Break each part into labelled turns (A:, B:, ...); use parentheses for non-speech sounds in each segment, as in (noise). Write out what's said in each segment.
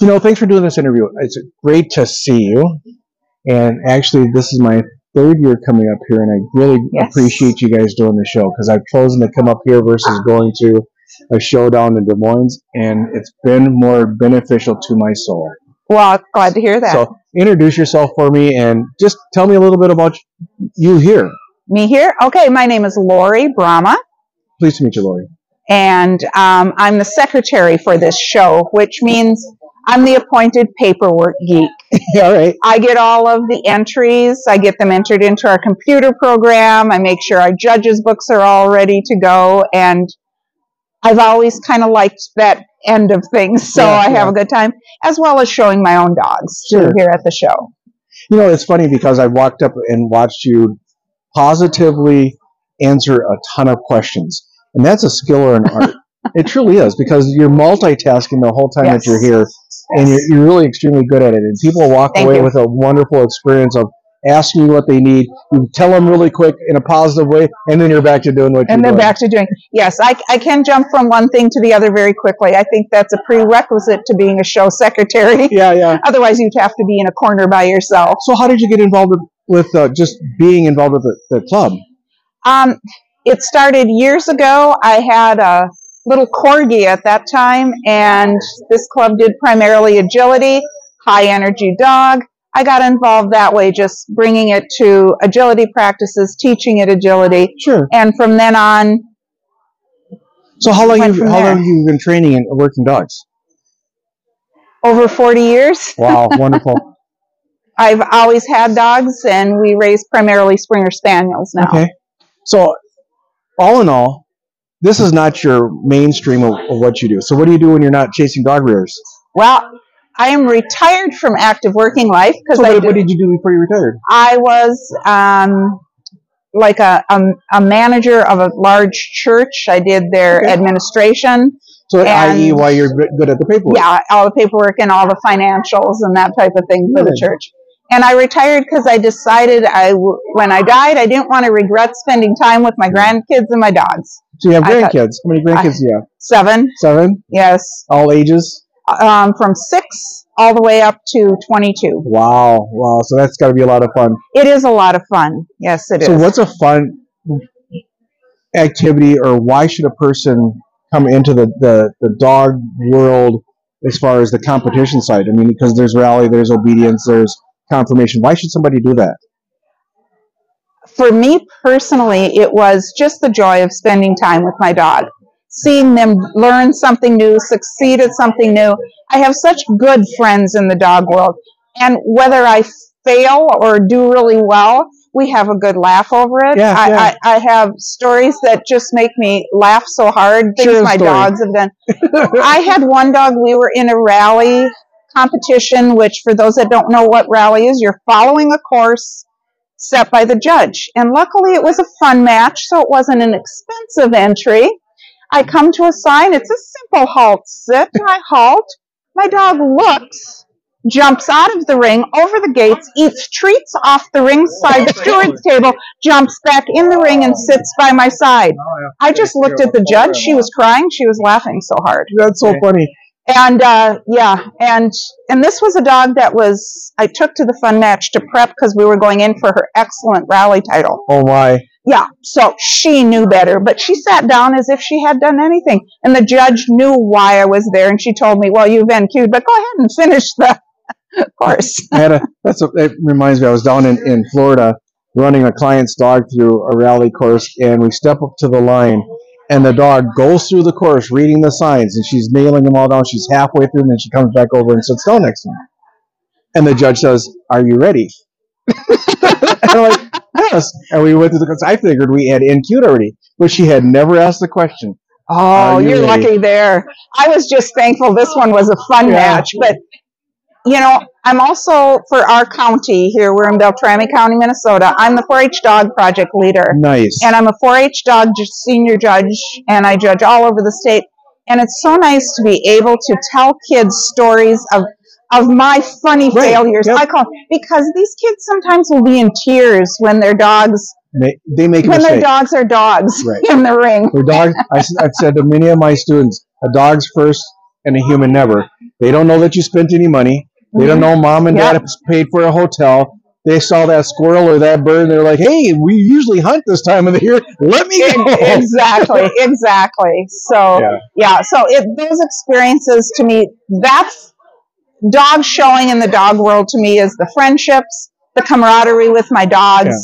A: you know, thanks for doing this interview. It's great to see you. And actually, this is my third year coming up here, and I really
B: Yes.
A: appreciate you guys doing the show because I've chosen to come up here versus going to a show down in Des Moines, and it's been more beneficial to my soul.
B: Well, glad to hear that.
A: So, introduce yourself for me and just tell me a little bit about you here.
B: Me here? Okay, my name is Lori Brahma,
A: Pleased to meet you, Lori. (laughs)
B: and um, I'm the secretary for this show, which means I'm the appointed paperwork geek.
A: All right.
B: I get all of the entries, I get them entered into our computer program, I make sure our judges' books are all ready to go, and I've always kind of liked that end of things, (laughs) so
A: Yeah,
B: I have
A: yeah.
B: a good time, as well as showing my own dogs too
A: Sure.
B: here at the show.
A: You know, it's funny because I walked up and watched you positively answer a ton of questions. And that's a skill or
B: (laughs)
A: an art. it truly is because you're multitasking the whole time that
B: Yes.
A: you're here and you're, you're really extremely good at it. And people walk
B: Thank
A: away
B: you.
A: with a wonderful experience of asking you what they need. You tell them really quick in a positive way, and then you're back to doing what you're
B: and they're
A: doing.
B: back to doing yes I, I can jump from one thing to the other very quickly i think that's a prerequisite to being a show secretary (laughs)
A: Yeah, yeah.
B: otherwise you'd have to be in a corner by yourself
A: So, how did you get involved with, with uh, just being involved with the, the club?
B: um, it started years ago i had a little corgi at that time and this club did primarily agility high energy dog i got involved that way just bringing it to agility practices teaching it agility
A: Sure.
B: and from then on
A: So, how long
B: Went
A: you
B: from
A: how
B: there.
A: long you been training and working dogs?
B: over 40 years
A: Wow, wonderful.
B: I've always had dogs, and we raise primarily Springer Spaniels now.
A: Okay. So, all in all, this is not your mainstream of, of what you do. So, what do you do when you're not chasing dog rears?
B: Well, I am retired from active working life because
A: So
B: I,
A: what,
B: do-
A: what did you do before you retired?
B: I was um, like a, a, a manager of a large church. I did their
A: Okay.
B: administration.
A: So,
B: And-
A: i.e., why you're good at the paperwork.
B: Yeah, all the paperwork and all the financials and that type of thing for the
A: Good.
B: church. And I retired because I decided I, w- when I died, I didn't want to regret spending time with my grandkids and my dogs.
A: So you have
B: I thought-
A: grandkids. How many grandkids do you have?
B: Seven,
A: Seven,
B: yes,
A: all ages.
B: um, from six all the way up to 22.
A: Wow, wow. So that's got to be a lot of fun.
B: It is a lot of fun. Yes, it is.
A: so what's a fun activity, or why should a person come into the, the, the dog world as far as the competition side? I mean, because there's rally, there's obedience, there's confirmation. Why should somebody do that?
B: For me personally, it was just the joy of spending time with my dog, seeing them learn something new, succeed at something new. I have such good friends in the dog world. And whether I fail or do really well, we have a good laugh over it.
A: Yeah,
B: I,
A: yeah.
B: I, I have stories that just make me laugh so hard. Things
A: Share a
B: my
A: story.
B: dogs have done. I had one dog. We were in a rally competition, which, for those that don't know what rally is, you're following a course set by the judge. And luckily, it was a fun match, so it wasn't an expensive entry. I come to a sign. It's a simple halt sit. I halt. My dog looks, jumps out of the ring, over the gates, eats treats off the ringside steward's table, jumps back in the ring, and sits by my side. I just looked at the judge. She was crying. She was laughing so hard.
A: That's so funny.
B: And uh, yeah, and and this was a dog that was I took to the fun match to prep because we were going in for her excellent rally title.
A: Oh my.
B: Yeah, so she knew better, but she sat down as if she had done anything. And the judge knew why I was there, and she told me, "Well, you've been queued, but go ahead and finish the (laughs) course."
A: I had a that's a, it reminds me I was down in, in Florida running a client's dog through a rally course and we step up to the line and the dog goes through the course reading the signs and she's nailing them all down she's halfway through and then she comes back over and sits down next to me and the judge says are you ready (laughs) and I'm like yes and we went through the course I figured we had NQ'd already but she had never asked the question
B: Oh,
A: Are you
B: you're
A: ready?
B: lucky there. I was just thankful this one was a fun
A: Yeah.
B: match, but you know, I'm also for our county here, we're in Beltrami County, Minnesota. I'm the 4-H dog project leader,
A: nice
B: and I'm a 4-H dog ju- senior judge, and I judge all over the state. And it's so nice to be able to tell kids stories of of my funny
A: Right,
B: failures.
A: yep.
B: I call because these kids sometimes will be in tears when their dogs
A: Ma- they make a
B: when their
A: mistake
B: dogs are dogs
A: Right.
B: (laughs) in the ring.
A: The dog, I, have said to many of my students, a dog's first and a human never. They don't know that you spent any money. They don't know mom and dad paid for a hotel. They saw that squirrel or that bird, and they're like, "Hey, we usually hunt this time of the year. Let me (laughs) go."
B: exactly, exactly. So yeah, so it, those experiences to me, that's dog showing in the dog world to me is the friendships, the camaraderie with my dogs.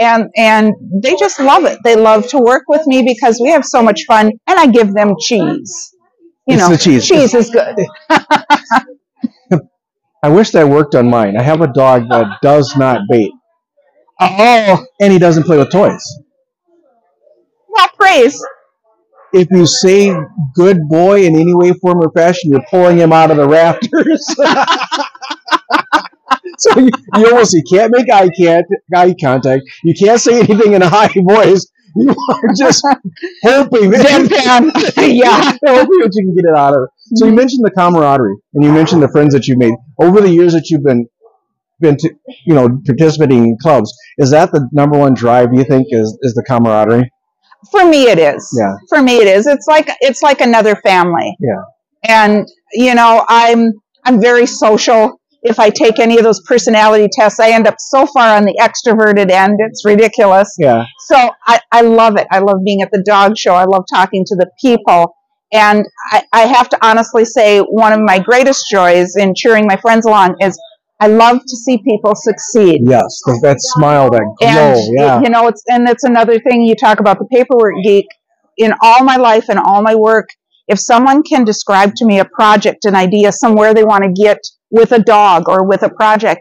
B: And, and they just love it. They love to work with me because we have so much fun and I give them cheese. You
A: It's
B: know,
A: the cheese.
B: cheese is good.
A: I wish that worked on mine. I have a dog that does not bait. Oh, and he doesn't play with toys.
B: Well, praise.
A: If you say "good boy" in any way, form, or fashion, you're pulling him out of the rafters. (laughs) so you, you almost you can't make eye can't eye contact. You can't say anything in a high voice. You are just hoping
B: Deadpan.
A: (laughs)
B: Mm-hmm. yeah.
A: hoping that you can get it out of. it. So you mentioned the camaraderie, and you mentioned the friends that you made over the years that you've been been to, you know participating in clubs. Is that the number one drive you think is is the camaraderie?
B: For me, it is.
A: Yeah.
B: For me, it is. It's like it's like another family.
A: Yeah.
B: And you know, I'm I'm very social. If I take any of those personality tests, I end up so far on the extroverted end. It's ridiculous.
A: Yeah,
B: So I, I love it. I love being at the dog show. I love talking to the people. And I, I have to honestly say, one of my greatest joys in cheering my friends along is I love to see people succeed.
A: yes, that, that smile, that glow.
B: And
A: yeah,
B: you know, it's and that's another thing you talk about the paperwork geek. In all my life and all my work, if someone can describe to me a project, an idea, somewhere they want to get with a dog or with a project,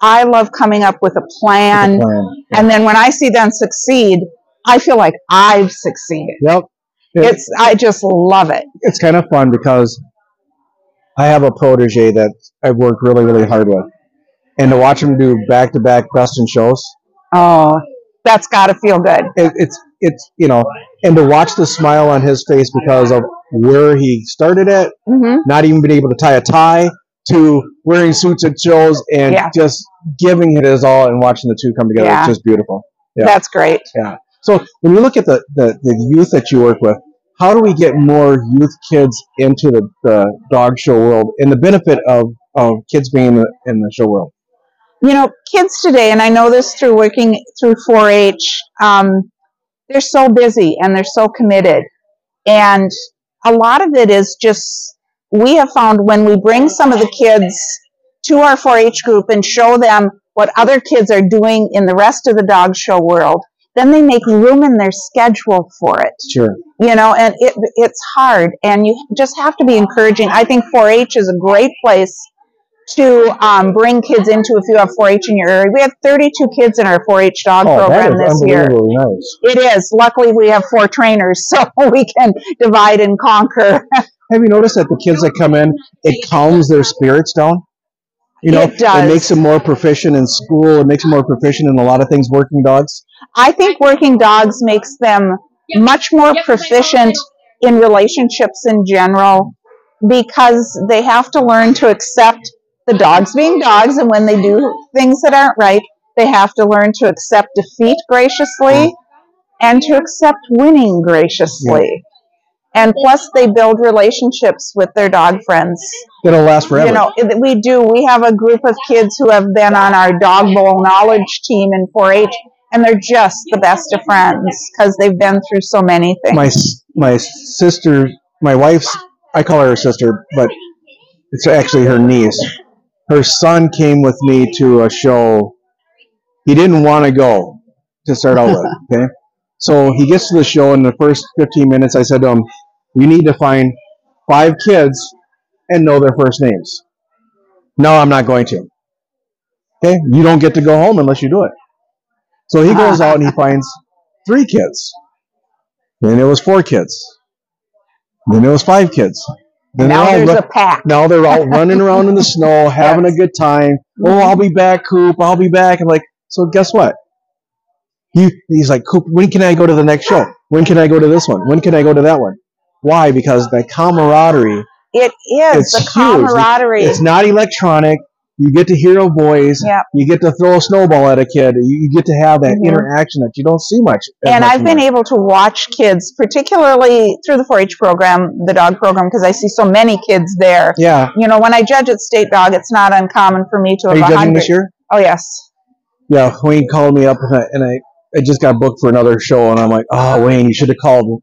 B: I love coming up with a plan.
A: Good plan.
B: And then when I see them succeed, I feel like I've succeeded.
A: Yep, It-
B: It's I just love it.
A: it's kind of fun because I have a protege that I've worked really, really hard with. And to watch him do back to back Preston shows,
B: Oh, that's got to feel good.
A: it, it's, it's, you know, and to watch the smile on his face because of where he started at,
B: hmm
A: not even being able to tie a tie, to wearing suits at shows and
B: Yeah.
A: just giving it his all and watching the two come together.
B: Yeah.
A: It's just beautiful. Yeah.
B: That's great.
A: So when you look at the, the, the youth that you work with, how do we get more youth kids into the, the dog show world and the benefit of, of kids being in the, in the show world?
B: you know, kids today, and I know this through working through 4-H, um, they're so busy and they're so committed. And a lot of it is just, we have found when we bring some of the kids to our 4-H group and show them what other kids are doing in the rest of the dog show world, then they make room in their schedule for it
A: Sure.
B: you know and it it's hard and you just have to be encouraging i think 4-h is a great place to um, bring kids into if you have 4-h in your area we have 32 kids in our 4-h dog
A: Oh, that
B: program
A: is
B: this year
A: unbelievably nice.
B: it is luckily we have four trainers (laughs) so we can divide and conquer
A: Have you noticed that the kids that come in, it calms their spirits down? You know,
B: It does.
A: makes them more proficient in school. It makes them more proficient in a lot of things. Working dogs.
B: i think working dogs makes them much more proficient in relationships in general because they have to learn to accept the dogs being dogs and when they do things that aren't right they have to learn to accept defeat graciously and to accept winning graciously and plus they build relationships with their dog friends
A: It'll last forever.
B: you know it- we do we have a group of kids who have been on our dog bowl knowledge team in 4-h and they're just the best of friends because they've been through so many things
A: my s- my sister, my wife's. I call her her sister, but it's actually her niece. Her son came with me to a show. He didn't want to go to start out with. Okay, so he gets to the show, and the first 15 minutes, I said to him, "You need to find five kids and know their first names." No, I'm not going to. Okay, you don't get to go home unless you do it. So he goes out and he finds three kids. Then it was four kids. Then it was five kids. Then
B: now
A: they're all
B: there's
A: ru-
B: a pack
A: now they're all running around in the
B: (laughs)
A: snow, having a good time. Oh, I'll be back, Coop. I'll be back. I'm like, so guess what? He, he's like, Coop, when can I go to the next show? When can I go to this one? When can I go to that one? Why? Because the camaraderie,
B: it is
A: It's
B: the
A: huge.
B: camaraderie
A: it's not electronic. You get to hear a voice.
B: Yep.
A: You get to throw a snowball at a kid. You you get to have that
B: Mhm.
A: interaction that you don't see much. as
B: and
A: much
B: I've been
A: more.
B: able to watch kids, particularly through the 4-H program, the dog program, because I see so many kids there.
A: yeah.
B: You know, when I judge at state dog, it's not uncommon for me to
A: Are
B: have
A: you
B: a
A: judging
B: hundred.
A: this year?
B: Oh yes,
A: Yeah, Wayne called me up and I, and I, I just got booked for another show and I'm like, oh, Wayne, you should have called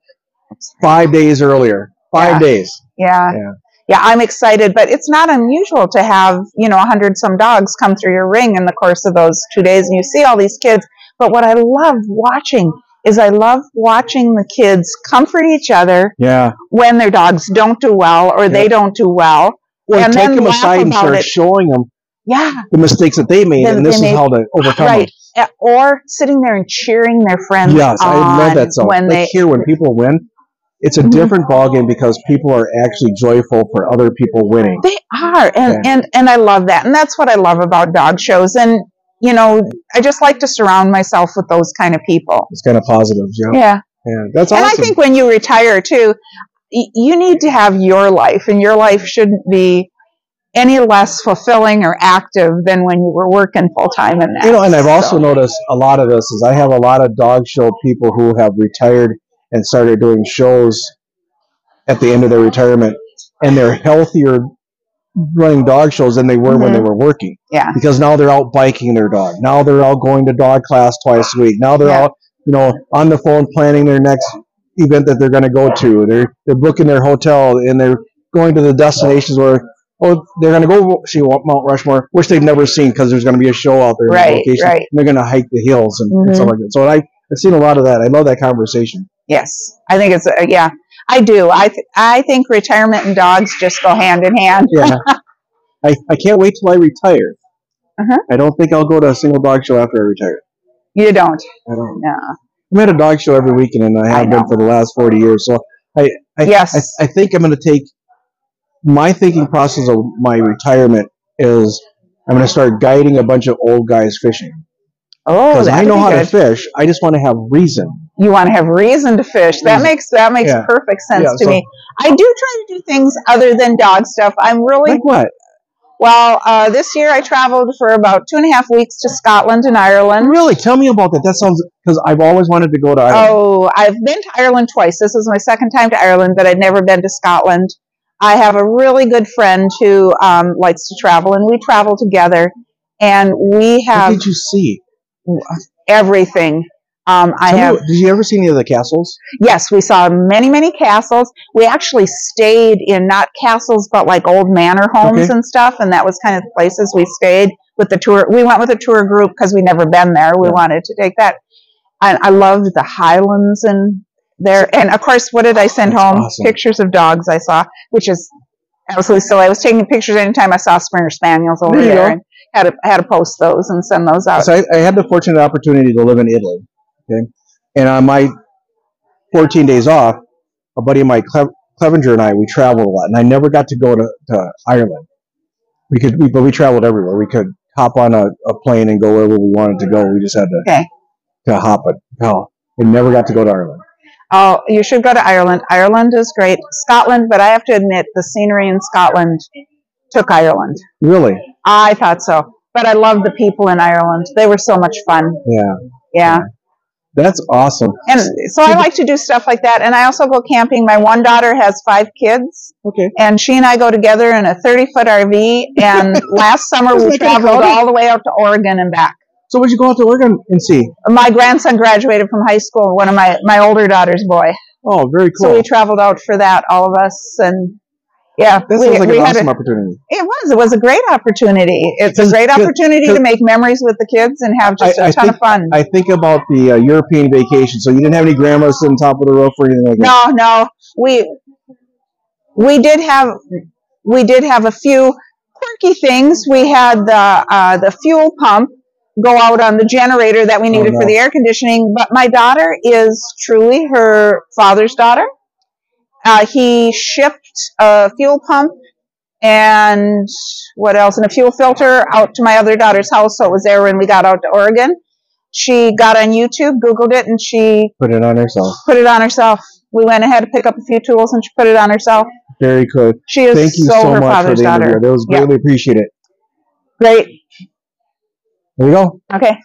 A: five days earlier. Five
B: Yeah.
A: days.
B: yeah.
A: Yeah.
B: Yeah, I'm excited, but it's not unusual to have, you know, a hundred some dogs come through your ring in the course of those two days and you see all these kids. But what I love watching is I love watching the kids comfort each other
A: Yeah.
B: when their dogs don't do well or they
A: Yeah.
B: don't do well.
A: Well,
B: And
A: take
B: then
A: them
B: laugh
A: aside and
B: about
A: start
B: it.
A: showing them
B: Yeah.
A: the mistakes that they made
B: That
A: and this is
B: they made.
A: how to overcome
B: right. Uh, Or sitting there and cheering their friends
A: them. Yes,
B: on
A: I love that song.
B: when
A: like
B: they
A: here, when people win, it's a
B: Mhm.
A: different ballgame because people are actually joyful for other people winning.
B: they are and
A: Yeah.
B: and and I love that and that's what I love about dog shows and you know I just like to surround myself with those kind of people.
A: It's kind of positive, yeah.
B: Yeah.
A: yeah. That's
B: And I
A: awesome.
B: think when you retire too, y- you need to have your life, and your life shouldn't be any less fulfilling or active than when you were working full time in that.
A: You know, and I've also
B: So,
A: noticed a lot of this is I have a lot of dog show people who have retired and started doing shows at the end of their retirement, and they're healthier running dog shows than they were when they were working
B: Mm-hmm. yeah,
A: because now they're out biking their dog. Now they're out going to dog class twice a week. Now they're
B: Yeah.
A: out, you know, on the phone planning their next event that they're going to go to. They're they're booking their hotel and they're going to the destinations where oh they're going to go see Mount Rushmore, which they've never seen because there's going to be a show out there. in that
B: Right,
A: location.
B: right.
A: And they're going to hike the hills and, and
B: Mhm.
A: stuff like that. So I I've seen a lot of that. I love that conversation.
B: yes, I think it's a, yeah, I do. I th- I think retirement and dogs just go hand in hand. (laughs)
A: Yeah. I, I can't wait till I retire.
B: Uh-huh.
A: I don't think I'll go to a single dog show after I retire.
B: You don't,
A: I don't.
B: no,
A: I'm at a dog show every weekend, and I have
B: I know.
A: been for the last 40 years. So I-
B: yes,
A: I, I think I'm going to take my thinking process of my retirement is I'm going to start guiding a bunch of old guys fishing
B: oh,
A: because I
B: that'd
A: know
B: be
A: how to
B: good.
A: fish. I just want to have reason.
B: you want to have reason to fish. That
A: Reason.
B: makes that makes
A: Yeah.
B: perfect sense
A: Yeah,
B: to
A: so-
B: me. I do try to do things other than dog stuff. I'm really
A: Like what?
B: Well, uh, this year I traveled for about two and a half weeks to Scotland and Ireland.
A: Really? Tell me about that. That sounds because I've always wanted to go to Ireland.
B: Oh, I've been to Ireland twice. This is my second time to Ireland, but I'd never been to Scotland. I have a really good friend who um, likes to travel, and we travel together. And we
A: what
B: have
A: did you see?
B: everything. Um, I
A: Tell me
B: have
A: what- did you ever see any of the castles?
B: yes, we saw many, many castles. We actually stayed in not castles, but like old manor homes
A: Okay.
B: and stuff, and that was kind of the places we stayed with the tour. We went with a tour group because we never been there. We
A: Yeah.
B: wanted to take that, and I loved the Highlands and there. And of course, what did I send
A: That's
B: home?
A: awesome.
B: Pictures of dogs I saw, which is absolutely silly. I was taking pictures anytime I saw Springer Spaniels over
A: There you
B: there,
A: go.
B: and had to, had to post those and send those out.
A: So I, I had the fortunate opportunity to live in Italy. Okay, and on my 14 days off, a buddy of mine, Cle- Clevenger, and I, we traveled a lot, and I never got to go to, to Ireland. We could, we, but we traveled everywhere. We could hop on a, a plane and go wherever we wanted to go. We just had to
B: Okay.
A: to hop it. No, we never got to go to Ireland.
B: Oh, you should go to Ireland. Ireland is great. Scotland, but I have to admit, the scenery in Scotland took Ireland.
A: Really?
B: I thought so. But I loved the people in Ireland. They were so much fun.
A: Yeah,
B: Yeah.
A: that's awesome.
B: And so I like to do stuff like that. And I also go camping. My one daughter has five kids,
A: Okay.
B: and she and I go together in a 30 foot RV. And last summer,
A: Isn't
B: we
A: that kinda
B: traveled
A: crowded?
B: all the way out to Oregon and back.
A: So would you go out to Oregon and see?
B: My grandson graduated from high school, one of my, my older daughter's boy.
A: Oh, very
B: So
A: cool.
B: we traveled out for that, all of us, and yeah,
A: that
B: we,
A: sounds like
B: we
A: an
B: had
A: awesome
B: a,
A: opportunity.
B: it was it was a great opportunity. It's a
A: Because-
B: great
A: because-
B: opportunity to
A: because-
B: make memories with the kids and have just a
A: I- I
B: ton of
A: think-
B: fun.
A: I think about the uh, European vacation. So you didn't have any grandmas sitting top of the roof or anything like that.
B: no, no, we we did have we did have a few quirky things. We had the uh, the fuel pump go out on the generator that we needed for
A: no.
B: the air conditioning. But my daughter is truly her father's daughter. Uh, he shipped a fuel pump and what else and a fuel filter out to my other daughter's house, so it was there when we got out to Oregon. She got on YouTube, Googled it, and she
A: Put it on herself.
B: put it on herself. We went ahead to pick up a few tools, and she put it on herself.
A: Very good.
B: She is
A: Thank you
B: so,
A: so
B: her
A: much for
B: father's
A: the
B: daughter.
A: interview. That was
B: Yeah.
A: greatly appreciated. Great.
B: There you go.
A: Okay.